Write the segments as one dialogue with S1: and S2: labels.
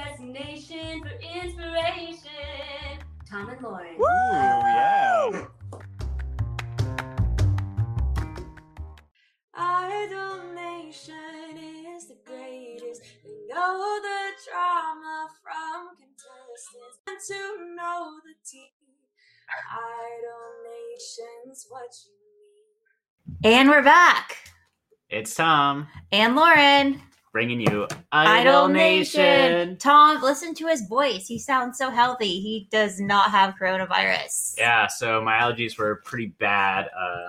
S1: foundation for inspiration. Tom and Lauren.
S2: Ooh, yeah.
S1: Our donation is the greatest. We know the drama from contestants and to know the tea. Our donation's what you need.
S3: And we're back.
S2: It's Tom
S3: And Lauren,
S2: bringing you Idol,
S3: Idol
S2: Nation.
S3: Nation. Tom, listen to his voice. He sounds so healthy. He does not have coronavirus.
S2: Yeah, so my allergies were pretty bad. Uh,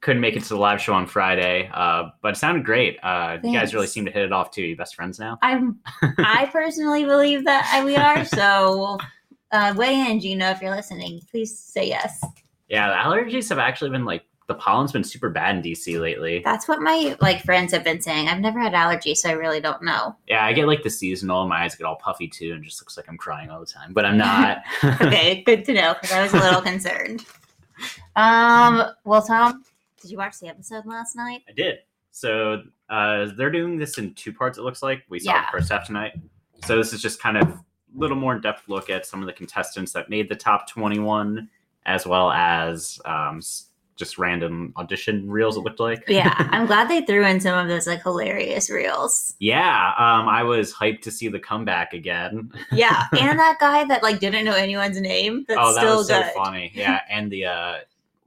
S2: couldn't make it to the live show on Friday, uh, but it sounded great. Uh, you guys
S3: Thanks.
S2: really seem to hit it off too. You best friends now?
S3: I'm. I personally believe that I- we are. So, uh, weigh in, Gina, if you're listening. Please say yes.
S2: Yeah, the allergies have actually been like the pollen's been super bad in DC lately.
S3: That's what my like friends have been saying. I've never had allergies, so I really don't know.
S2: Yeah, I get like the seasonal. My eyes get all puffy too, and just looks like I'm crying all the time. But I'm not.
S3: Okay, good to know because I was a little concerned. Um. Well, Tom, did you watch the episode last night?
S2: I did. So uh, they're doing this in two parts. It looks like we saw
S3: Yeah.
S2: the first half tonight. So this is just kind of a little more in depth look at some of the contestants that made the top twenty-one, as well as um, s- just random audition reels. It looked like.
S3: Yeah, I'm glad they threw in some of those like hilarious reels.
S2: Yeah, um, I was hyped to see the comeback again.
S3: Yeah, and that guy that like didn't know anyone's name. That's
S2: oh, that
S3: still
S2: was so
S3: good.
S2: funny. Yeah, and the uh,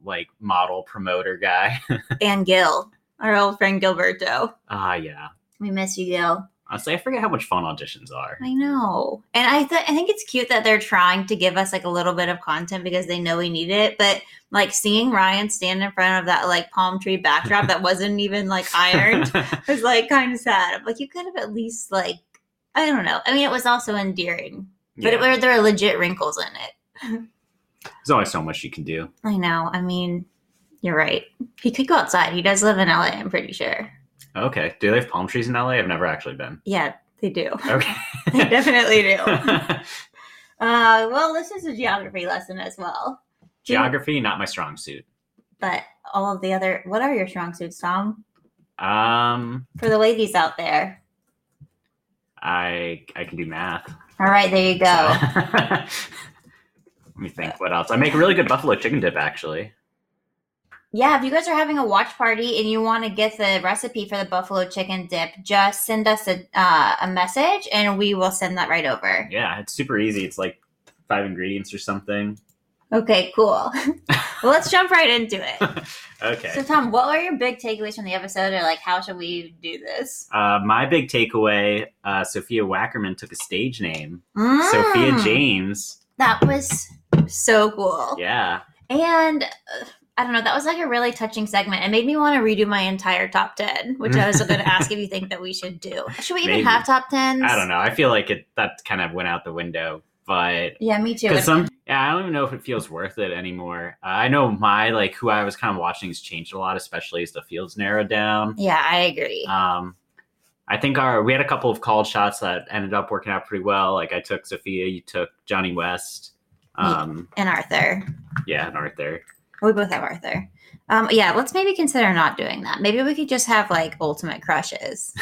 S2: like model promoter guy.
S3: And Gil, our old friend Gilberto.
S2: Ah, yeah.
S3: We miss you, Gil.
S2: Honestly, I forget how much fun auditions are.
S3: I know, and I th- I think it's cute that they're trying to give us like a little bit of content because they know we need it. But like seeing Ryan stand in front of that like palm tree backdrop that wasn't even like ironed was like kind of sad. I'm like, you could have at least like I don't know. I mean, it was also endearing, but it,
S2: Yeah,
S3: were there were legit wrinkles in it.
S2: there's only so much you can do.
S3: I know. I mean, you're right. He could go outside. He does live in LA, I'm pretty sure.
S2: Okay. Do they have palm trees in LA? I've never actually been.
S3: Yeah, they do.
S2: Okay.
S3: they definitely do. Uh,
S2: Geography,
S3: well, this is a geography lesson as well.
S2: not my strong suit.
S3: But all of the other, what are your strong suits, Tom?
S2: Um,
S3: For the ladies out there.
S2: I I can do math.
S3: All right, there you go.
S2: Let me think. What else? I make really good buffalo chicken dip, actually.
S3: Yeah, if you guys are having a watch party and you want to get the recipe for the buffalo chicken dip, just send us a, uh, a message and we will send that right over.
S2: Yeah, it's super easy. It's like five ingredients or something.
S3: Okay, cool. well, let's jump right into it. So,
S2: Okay.
S3: Tom, what were your big takeaways from the episode, or like, how should we do this?
S2: Uh, my big takeaway: uh, Sophia Wackerman took a stage name, Sophia
S3: Mm,
S2: James.
S3: That was so cool.
S2: Yeah.
S3: And uh, I don't know, that was like a really touching segment. It made me want to redo my entire top 10, which I was going to ask if you think that we should do. Should we even
S2: Maybe.
S3: have top 10s?
S2: I don't know. I feel like it that kind of went out the window, but
S3: Yeah, me too.
S2: Because some, yeah, I don't even know if it feels worth it anymore. Uh, I know my like who I was kind of watching has changed a lot, especially as the field's narrowed down.
S3: yeah, I agree.
S2: Um, I think our we had a couple of called shots that ended up working out pretty well. Like I took Sophia, you took Johnny West. Um,
S3: and Arthur.
S2: yeah, and Arthur.
S3: We both have Arthur. Um, yeah, let's maybe consider not doing that. Maybe we could just have like ultimate crushes.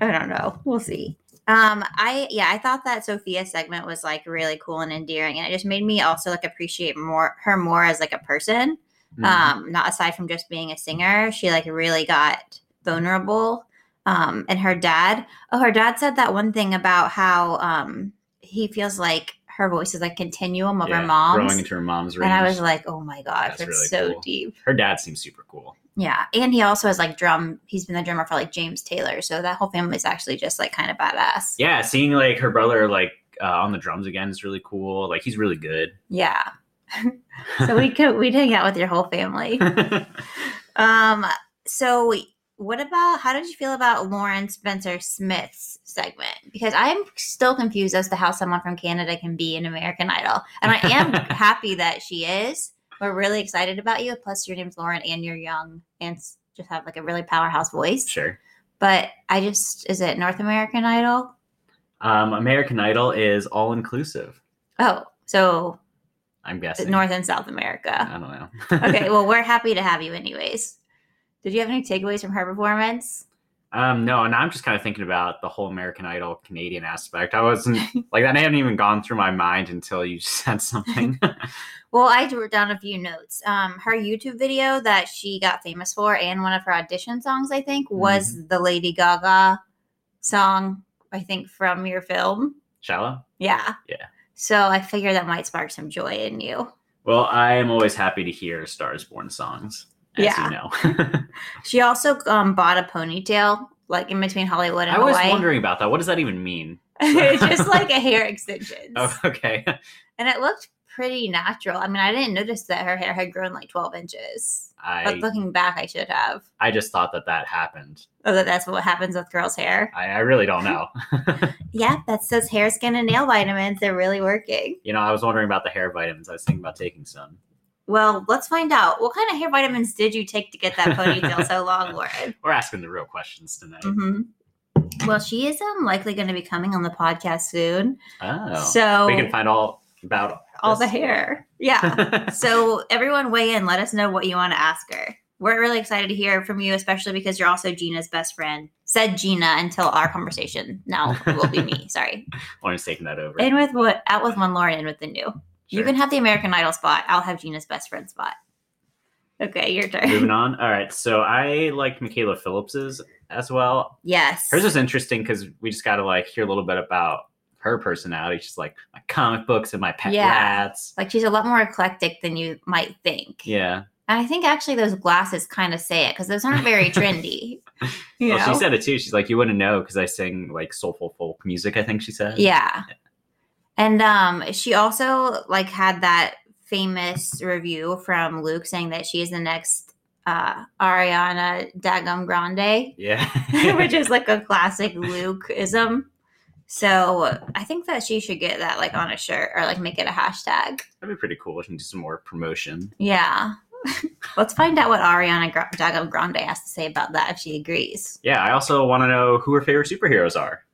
S3: I don't know. We'll see. Um, I yeah, I thought that Sophia segment was like really cool and endearing, and it just made me also like appreciate more her more as like a person.
S2: Mm-hmm.
S3: Um, not aside from just being a singer, she like really got vulnerable. Um, and her dad, oh, her dad said that one thing about how um he feels like her voice is like continuum of her
S2: growing
S3: mom's,
S2: into her mom's range.
S3: and I was like, oh my gosh,
S2: That's
S3: that's
S2: really
S3: so
S2: cool.
S3: deep.
S2: her dad seems super cool.
S3: Yeah, and he also has like drum. He's been the drummer for like James Taylor, so that whole family's actually just like kind of badass.
S2: Yeah, seeing like her brother like uh, on the drums again is really cool. Like he's really good.
S3: Yeah. so we could we'd hang out with your whole family. Um so what about how did you feel about Lauren Spencer Smith's segment? Because I'm still confused as to how someone from Canada can be an American Idol. And I am happy that she is. We're really excited about you. Plus your name's Lauren and you're young and s- just have like a really powerhouse voice.
S2: sure.
S3: But I just is it North American Idol?
S2: Um, American Idol is all inclusive.
S3: Oh, so
S2: I'm guessing.
S3: North and South America.
S2: I don't know.
S3: okay, well, we're happy to have you anyways. Did you have any takeaways from her performance?
S2: Um, no, and I'm just kind of thinking about the whole American Idol Canadian aspect. I wasn't like that hadn't even gone through my mind until you said something.
S3: Well, I wrote down a few notes. Um, her YouTube video that she got famous for, and one of her audition songs, I think, was
S2: Mm-hmm.
S3: the Lady Gaga song. I think from your film.
S2: Shallow.
S3: Yeah.
S2: Yeah.
S3: So I figure that might spark some joy in you.
S2: Well, I am always happy to hear Stars Born songs, as
S3: Yeah.
S2: you know.
S3: She also um, bought a ponytail, like in between Hollywood and
S2: I was
S3: Hawaii.
S2: wondering about that. What does that even mean?
S3: it's just like a hair extensions,
S2: Oh, okay.
S3: and it looked pretty natural. I mean, I didn't notice that her hair had grown like twelve inches, but
S2: I
S3: looking back, I should have.
S2: I just thought that that happened.
S3: Oh, that that's what happens with girls' hair.
S2: I, I really don't know.
S3: Yeah, that's those hair, skin, and nail vitamins. They're really working.
S2: you know, I was wondering about the hair vitamins. I was thinking about taking some.
S3: Well, let's find out. What kind of hair vitamins did you take to get that ponytail so long, Lauren?
S2: We're asking the real questions tonight.
S3: hmm Well, she is um, likely going to be coming on the podcast soon.
S2: Oh,
S3: so
S2: we can find all about
S3: all the
S2: this.
S3: hair. Yeah. so everyone weigh in. Let us know what you want to ask her. We're really excited to hear from you, especially because you're also Gina's best friend. Said Gina until our conversation. Now it will be me. Sorry.
S2: Lauren's taking that over.
S3: In with what? Out with one, Lauren. In with the new. You
S2: Sure.
S3: can have the American Idol spot. I'll have Gina's best friend spot. Okay, your turn.
S2: Moving on. All right. So I liked Michaela Phillips's as well.
S3: Yes.
S2: Hers is interesting because we just got to like hear a little bit about her personality. She's like my comic books and my pet
S3: Yeah.
S2: rats.
S3: like she's a lot more eclectic than you might think.
S2: Yeah.
S3: And I think actually those glasses kind of say it because those aren't very trendy. you
S2: Well, she
S3: know?
S2: said it too. She's like, you wouldn't know because I sing like soulful folk music. I think she said.
S3: yeah. And um she also like had that famous review from Luke saying that she's the next uh Ariana Dagum Grande.
S2: Yeah.
S3: which is like a classic Lukeism. So I think that she should get that like on a shirt or like make it a hashtag.
S2: That'd be pretty cool. We can do some more promotion.
S3: Yeah. Let's find out what Ariana Gra- Dago Grande has to say about that if she agrees.
S2: Yeah. I also want to know who her favorite superheroes are.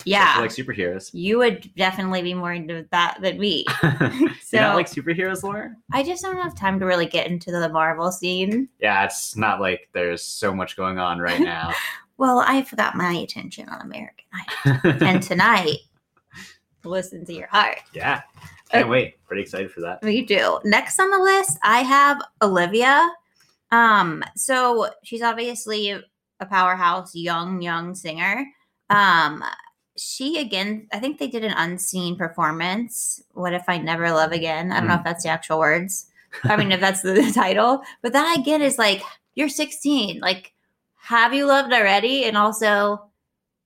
S2: I
S3: Yeah.
S2: like superheroes.
S3: you would definitely be more into that than me.
S2: you
S3: So
S2: not like superheroes, Lauren?
S3: I just don't have time to really get into the Marvel scene.
S2: Yeah, it's not like there's so much going on right now.
S3: Well, I forgot my attention on American Idol. and tonight, listen to your heart.
S2: yeah.
S3: uh,
S2: Can't wait. Pretty excited for that.
S3: We do. Next on the list, I have Olivia. Um, so she's obviously a powerhouse, young, young singer. Um, she again, I think they did an unseen performance. What if I never love again? I don't know if that's the actual words. I mean, if that's the title, but that again is like you're 16. Like, have you loved already? And also,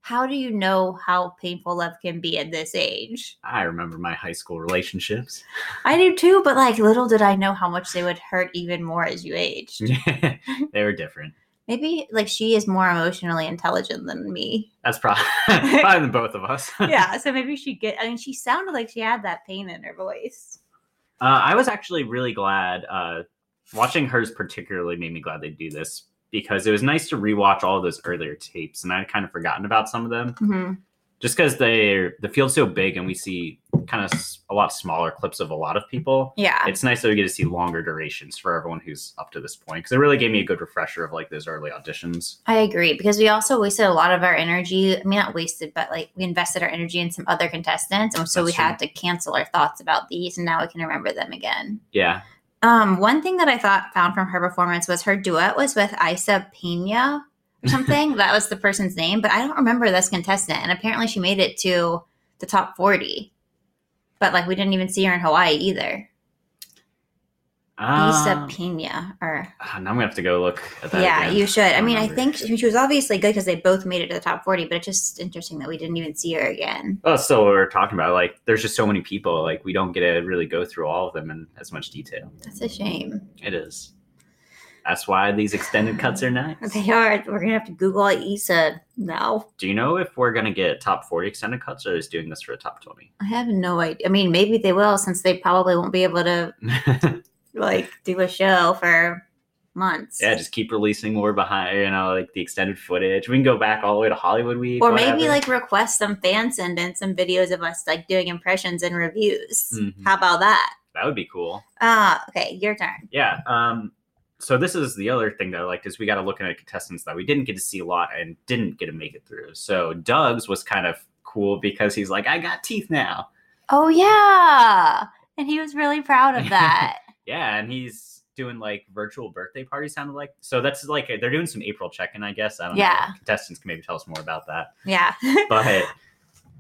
S3: how do you know how painful love can be at this age?
S2: I remember my high school relationships.
S3: I do too, but like little did I know how much they would hurt even more as you
S2: Mm.
S3: aged.
S2: they were different.
S3: Maybe like she is more emotionally intelligent than me.
S2: That's probably, probably the both of us. Uh,
S3: yeah, so maybe she get I mean she sounded like she had that pain in her voice.
S2: Uh, I was actually really glad. Uh, watching hers particularly made me glad they do this because it was nice to rewatch all those earlier tapes, and I'd kind of forgotten about some of them.
S3: Mm-hmm.
S2: just because they the field's so big and we see kind of s- a lot smaller clips of a lot of people
S3: Yeah.
S2: it's nice that we get to see longer durations for everyone who's up to this point because it really gave me a good refresher of like those early auditions
S3: I agree because we also wasted a lot of our energy. I mean, not wasted, but like we invested our energy in some other contestants. And so
S2: That's
S3: we
S2: true.
S3: had to cancel our thoughts about these. And now we can remember them again.
S2: yeah
S3: Um, one thing that I thought found from her performance was her duet was with Isa Pena or something. that was the person's name, but I don't remember this contestant. And apparently, she made it to the top forty, but like we didn't even see her in Hawaii either. Isa
S2: um,
S3: Pena, or
S2: ah, now i'm gonna have to go look at that
S3: yeah,
S2: again.
S3: you should. I mean, I
S2: remember.
S3: think she, she was obviously good because they both made it to the top forty, but it's just interesting that we didn't even see her again.
S2: well, Oh, that's still what we we're talking about like there's just so many people like we don't get to really go through all of them in as much detail
S3: That's a shame.
S2: it is that's why these extended cuts are nice
S3: They are. We're gonna have to Google Isa now.
S2: do you know if we're gonna get top 40 extended cuts or is doing this for a top 20
S3: I have no idea. I mean, maybe they will since they probably won't be able to like do a show for months.
S2: Yeah, just keep releasing more behind, you know, like the extended footage. We can go back all the way to Hollywood Week.
S3: or maybe
S2: whatever.
S3: like request some fan send in some videos of us like doing impressions and reviews.
S2: Mhm.
S3: How about that?
S2: that would be cool.
S3: Ah, okay, your turn.
S2: Yeah. Um, so this is the other thing that I liked is we got to look at contestants that we didn't get to see a lot and didn't get to make it through. So Doug's was kind of cool because he's like, I got teeth now.
S3: Oh yeah, and he was really proud of that.
S2: Yeah, and he's doing like virtual birthday party sounded like. So that's like they're doing some April check-in, I guess. I don't
S3: Yeah.
S2: know. Contestants can maybe tell us more about that.
S3: yeah,
S2: But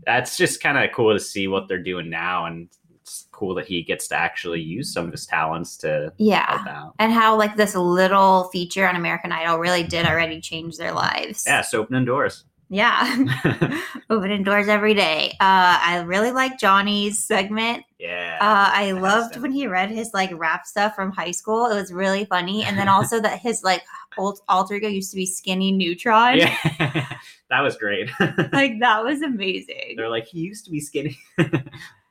S2: that's just kind of cool to see what they're doing now and it's cool that he gets to actually use some of his talents to
S3: yeah.
S2: help out.
S3: And how like this little feature on American Idol really did already change their lives.
S2: Yeah, so opening doors.
S3: Yeah. Opening doors every day. Uh, I really like Johnny's segment.
S2: yeah.
S3: Uh, I
S2: that's
S3: loved
S2: it.
S3: when he read his like rap stuff from high school. It was really funny. And then also that his like old alter ego used to be Skinny Neutron.
S2: yeah. that was great.
S3: Like that was amazing.
S2: They're like, he used to be skinny.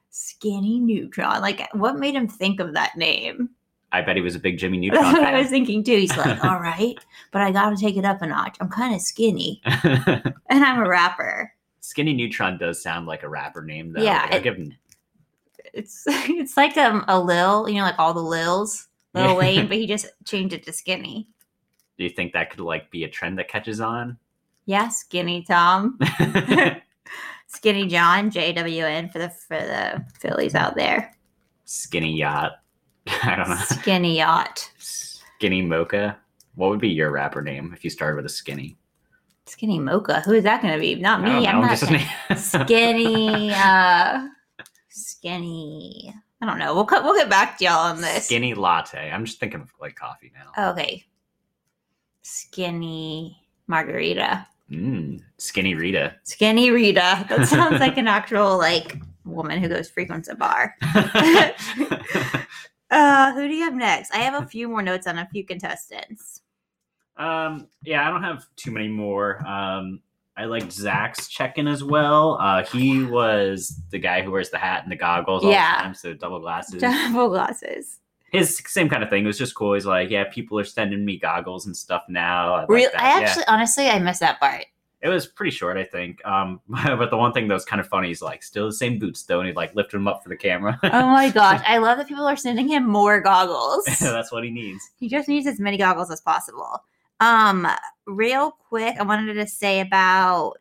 S3: Skinny Neutron. Like what made him think of that name?
S2: I bet he was a big Jimmy Neutron
S3: That's what I
S2: fan.
S3: was thinking too. He's like, all right, but I gotta take it up a notch. I'm kind of skinny and I'm a rapper.
S2: Skinny Neutron does sound like a rapper name, though.
S3: Yeah,
S2: Like, I'll
S3: it-
S2: give him-
S3: It's it's like um, a lil, you know, like all the lils, Lil
S2: Yeah.
S3: Wayne, but he just changed it to skinny.
S2: Do you think that could like be a trend that catches on?
S3: Yeah, skinny Tom, skinny John, JWN for the for the Phillies out there.
S2: Skinny yacht. I don't know.
S3: Skinny yacht,
S2: Skinny mocha. What would be your rapper name if you started with a skinny?
S3: skinny mocha. Who is that going to be? Not me. I'm not
S2: just
S3: skinny. uh Skinny. I don't know. We'll co- we'll get back to y'all on this. Uh,
S2: Skinny latte. I'm just thinking of like coffee now.
S3: Okay. Skinny margarita.
S2: Mm, skinny Rita.
S3: Skinny Rita. That sounds like an actual like woman who goes frequents a bar. Uh, who do you have next? I have a few more notes on a few contestants.
S2: Um, yeah, I don't have too many more. Um, I liked Zach's check-in as well. Uh, he was the guy who wears the hat and the goggles all
S3: Yeah.
S2: the time, so double glasses.
S3: Double glasses.
S2: His same kind of thing. It was just cool. He's like, yeah, people are sending me goggles and stuff now. I, like
S3: Real,
S2: that.
S3: I
S2: Yeah.
S3: actually, honestly, I missed that part.
S2: It was pretty short, I think. Um, but the one thing that was kind of funny is like, still the same boots though, and he like lifted them up for the camera.
S3: Oh my gosh. I love that people are sending him more goggles.
S2: That's what he needs.
S3: he just needs as many goggles as possible. Um, real quick, I wanted to say about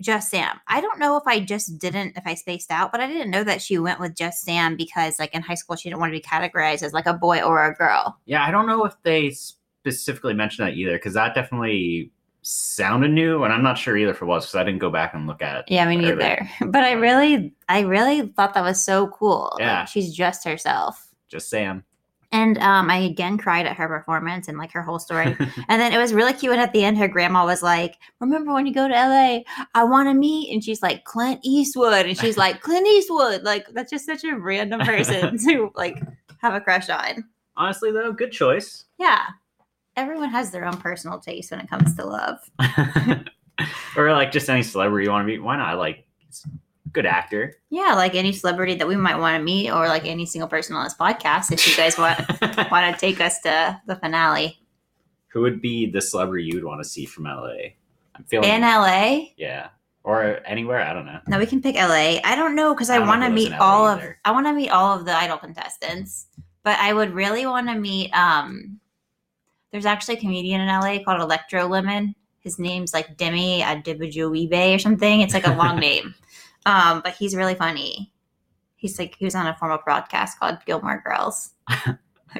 S3: Just Sam. I don't know if I just didn't, if I spaced out, but I didn't know that she went with Just Sam because, like, in high school, she didn't want to be categorized as like a boy or a girl.
S2: Yeah, I don't know if they specifically mentioned that either, because that definitely sounded new, and I'm not sure either if it was, because I didn't go back and look at it.
S3: Yeah, me
S2: Right,
S3: neither. But I really, I really thought that was so cool. Like,
S2: Yeah.
S3: she's just herself.
S2: Just Sam.
S3: And um, I again cried at her performance and like her whole story. and then it was really cute. And at the end, her grandma was like, "Remember when you go to LA, I want to meet." And she's like, "Clint Eastwood," and she's like, "Clint Eastwood." Like that's just such a random person to like have a crush on.
S2: Honestly, though, good choice.
S3: Yeah, everyone has their own personal taste when it comes to love.
S2: or like just any celebrity you want to meet. Why not? Like, he's a good actor.
S3: Yeah, like any celebrity that we might want to meet, or like any single person on this podcast, if you guys want want to take us to the finale
S2: Who would be the celebrity you'd want to see from LA? I'm feeling.
S3: in LA.
S2: yeah. Or anywhere. I don't know.
S3: No, we can pick LA. I don't know because
S2: I
S3: I
S2: don't know
S3: want to
S2: who lives
S3: meet
S2: in LA
S3: all of
S2: either.
S3: I want to meet all of the idol contestants, but I would really want to meet um there's actually a comedian in LA called Electro Lemon. His name's like Demi Adibajuibe or something. It's like a long name. Um but he's really funny. He's like he was on a formal broadcast called Gilmore Girls.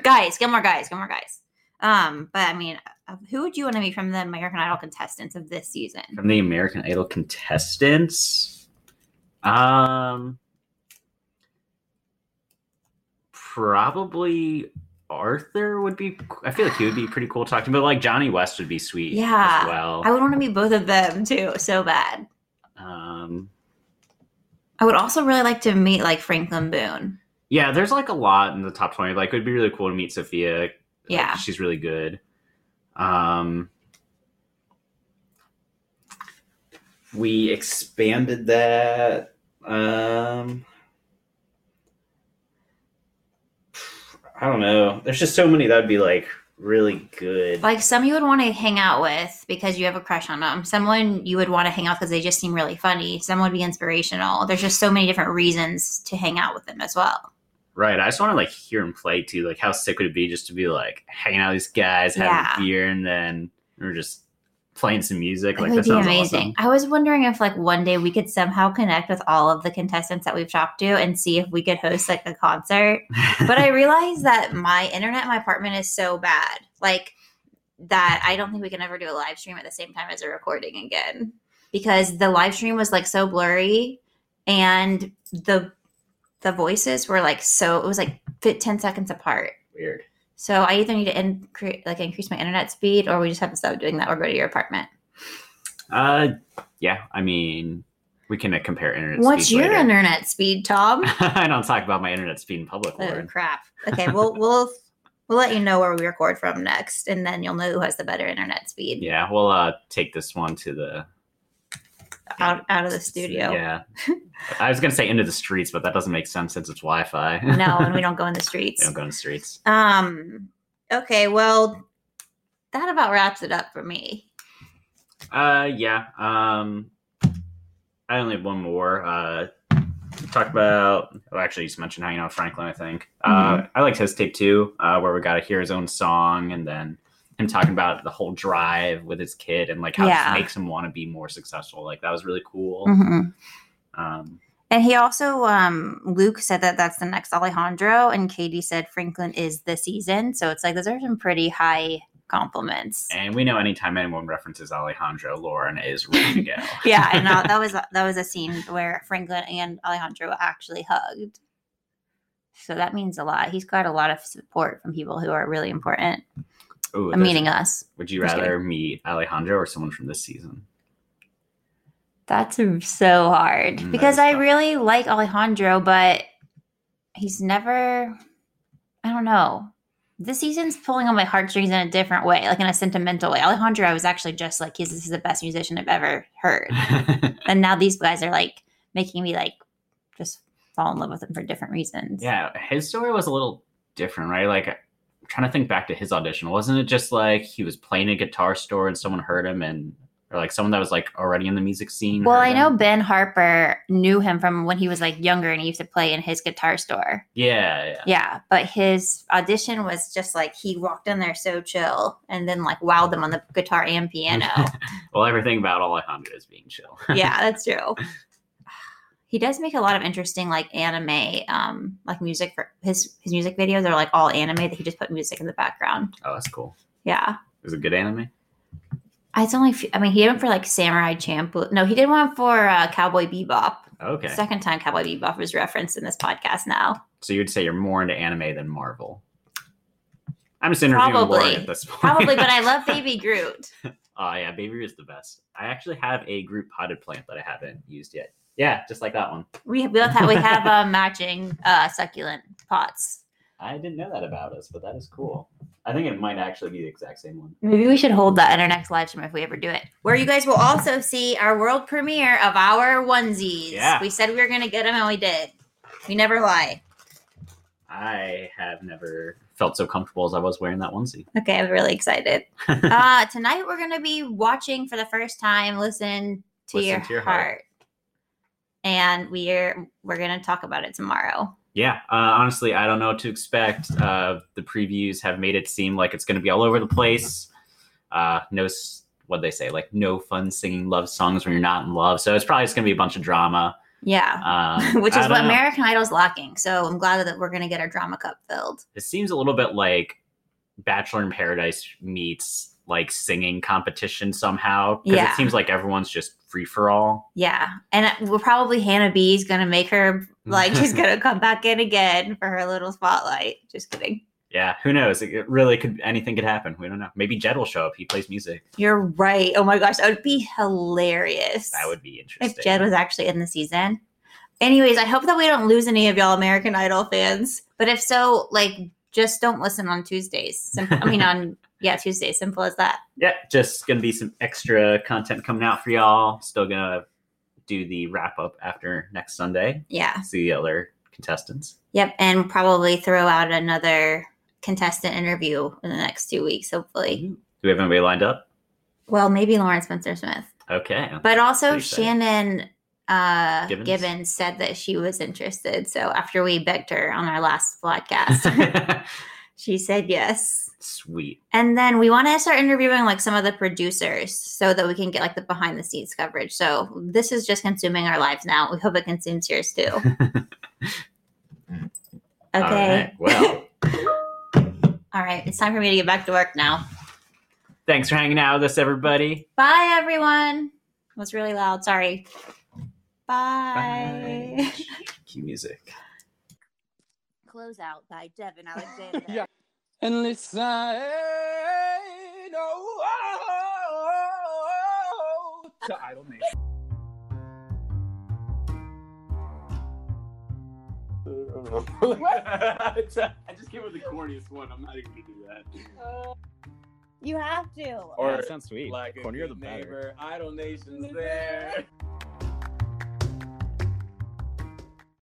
S3: guys, Gilmore guys, Gilmore guys. Um but I mean uh, who would you want to meet from the American Idol contestants of this season?
S2: From the American Idol contestants. Um. Probably Arthur would be. I feel like he would be pretty cool talking, but like Johnny West would be sweet.
S3: Yeah,
S2: As well.
S3: I would want to meet both of them too, so bad.
S2: um.
S3: I would also really like to meet like Franklin Boone.
S2: Yeah, there's like a lot in the top twenty. Like, it'd be really cool to meet Sophia. Like,
S3: Yeah.
S2: she's really good. Um, we expanded that. Um, I don't know. There's just so many that would be like really good.
S3: Like some you would want to hang out with because you have a crush on them. Someone you would want to hang out because they just seem really funny. Some would be inspirational. There's just so many different reasons to hang out with them as well.
S2: Right. I just want to like hear him play too. Like, how sick would it be just to be like hanging out with these guys, having
S3: Yeah.
S2: beer, and then we're just playing some music.
S3: That
S2: Like,
S3: would
S2: that
S3: be
S2: sounds
S3: amazing.
S2: amazing.
S3: I was wondering if like one day we could somehow connect with all of the contestants that we've talked to and see if we could host like a concert.
S2: awesome.
S3: But I realized that my internet in my apartment is so bad, like that I don't think we can ever do a live stream at the same time as a recording again because the live stream was like so blurry and the the voices were like so it was like fit 10 seconds apart.
S2: Weird.
S3: So I either need to incre- like increase my internet speed or we just have to stop doing that or go to your apartment.
S2: Uh, yeah. I mean, we can uh, compare internet.
S3: What's
S2: speed
S3: your
S2: later.
S3: internet speed, Tom?
S2: I don't talk about my internet speed in public,
S3: oh
S2: Lauren.
S3: crap. Okay, we'll we'll we'll let you know where we record from next, and then you'll know who has the better internet speed
S2: Yeah, we'll uh take this one to the
S3: out out of the studio.
S2: Yeah, I was gonna say into the streets, but that doesn't make sense since it's Wi-Fi.
S3: No, and we don't go in the
S2: they
S3: streets.
S2: don't go in the streets.
S3: Um. Okay. Well, that about wraps it up for me.
S2: Uh, yeah. Um, I only have one more. Uh, talk about. Well, actually, you just mentioned hanging out with Franklin. I think.
S3: Mm-hmm.
S2: Uh, I liked his tape too, uh, where we got to hear his own song and then him talking about the whole drive with his kid and like how
S3: Yeah.
S2: this makes him want to be more successful. Like that was really cool. Um,
S3: Mm-hmm. And he also, um, Luke said that that's the next Alejandro, and Katie said Franklin is the season. So it's like those are some pretty high compliments.
S2: And we know anytime anyone references Alejandro, Lauren is ready to go.
S3: yeah, and uh, that was that was a scene where Franklin and Alejandro actually hugged. So that means a lot. He's got a lot of support from people who are really important,
S2: Ooh,
S3: uh,
S2: there's-
S3: meaning us.
S2: Would you
S3: just
S2: rather meet Alejandro or someone from this season?
S3: That's so
S2: Mm,
S3: hard
S2: that
S3: because
S2: is
S3: I
S2: tough.
S3: really like Alejandro, but he's never. I don't know. This season's pulling on my heartstrings in a different way, like in a sentimental way. Alejandro, I was actually just like, he's, this is the best musician I've ever heard. and now these guys are like making me like just fall in love with them for different reasons.
S2: yeah, his story was a little different, right? Like, I'm trying to think back to his audition. Wasn't it just like he was playing a guitar store and someone heard him and, or like someone that was like already in the music scene?
S3: Well,
S2: heard
S3: I know
S2: him?
S3: Ben Harper knew him from when he was like younger and he used to play in his guitar store.
S2: Yeah, yeah.
S3: Yeah, but his audition was just like he walked in there so chill and then like wowed them on the guitar and piano.
S2: Well, everything about Alejandro is being chill.
S3: yeah, that's true. He does make a lot of interesting like anime um like music for his his music videos are like all anime that he just put music in the background.
S2: Oh, that's cool.
S3: Yeah.
S2: Is it good anime?
S3: It's only. Few, I mean, he did one for like Samurai Champloo. No, he did one for uh, Cowboy Bebop.
S2: Okay.
S3: Second time Cowboy Bebop was referenced in this podcast. Now,
S2: So you'd say you're more into anime than Marvel. I'm just interviewing
S3: Probably.
S2: Lori at this point.
S3: probably, but I love Baby Groot.
S2: Oh yeah, Baby Root is the best. I actually have a group potted plant that I haven't used yet. Yeah, just like that one.
S3: We we both have we have uh, matching uh, succulent pots.
S2: I didn't know that about us, but that is cool. I think it might actually be the exact same one.
S3: Maybe we should hold that in our next live stream if we ever do it, where you guys will also see our world premiere of our onesies.
S2: Yeah.
S3: We said we were gonna get them, and we did. We never lie.
S2: I have never felt so comfortable as I was wearing that onesie.
S3: Okay, I'm really excited. uh, tonight we're gonna be watching for the first time. Listen to,
S2: Listen
S3: your,
S2: to your
S3: heart.
S2: heart.
S3: and we're we're gonna talk about it tomorrow.
S2: Yeah, uh, honestly, I don't know what to expect. Uh, the previews have made it seem like it's going to be all over the place. Uh, no, what they say, like no fun singing love songs when you're not in love. So it's probably just going to be a bunch of drama.
S3: Yeah,
S2: Um,
S3: which
S2: I
S3: is
S2: don't
S3: what
S2: know.
S3: American Idol's lacking. So I'm glad that we're gonna get our drama cup filled.
S2: it seems a little bit like Bachelor in Paradise meets like singing competition somehow. Because
S3: Yeah.
S2: it seems like everyone's just free for all.
S3: Yeah, and we're probably Hannah B is gonna make her like she's gonna come back in again for her little spotlight. Just kidding.
S2: Yeah, who knows? It, it really could anything could happen. We don't know. Maybe Jed will show up. He plays music.
S3: You're right. Oh my gosh, that would be hilarious.
S2: That would be interesting.
S3: if Jed was actually in the season. Anyways, I hope that we don't lose any of y'all American Idol fans. But if so, like, just don't listen on Tuesdays. Simple, I mean, on yeah, Tuesdays. Simple as that.
S2: yeah, just gonna be some extra content coming out for y'all. Still gonna do the wrap up after next Sunday.
S3: Yeah.
S2: See the other contestants.
S3: Yep. And probably throw out another contestant interview in the next two weeks, hopefully.
S2: Do we have anybody lined up?
S3: Well, maybe Lauren Spencer Smith,
S2: Okay.
S3: but also
S2: Pretty exciting.
S3: Shannon uh,
S2: Gibbons?
S3: Gibbons? said that she was interested. So after we begged her on our last podcast, she said yes.
S2: Sweet.
S3: And then we want to start interviewing like some of the producers so that we can get like the behind the scenes coverage. So this is just consuming our lives now. We hope it consumes yours too. okay.
S2: All right. Well,
S3: All right. It's time for me to get back to work now.
S2: thanks for hanging out with us, everybody.
S3: Bye, everyone. It was really loud. Sorry. Bye.
S2: Cue music.
S3: Close out by Devin Alexander.
S4: Yeah. And listen, ain't no oh, to Idle Nation.
S2: I just came up with the corniest one. I'm not even gonna do that.
S3: You have to.
S4: Or
S2: sounds sweet.
S4: like a
S5: Cornier
S4: good
S5: the better.
S4: neighbor, Idle Nation's there.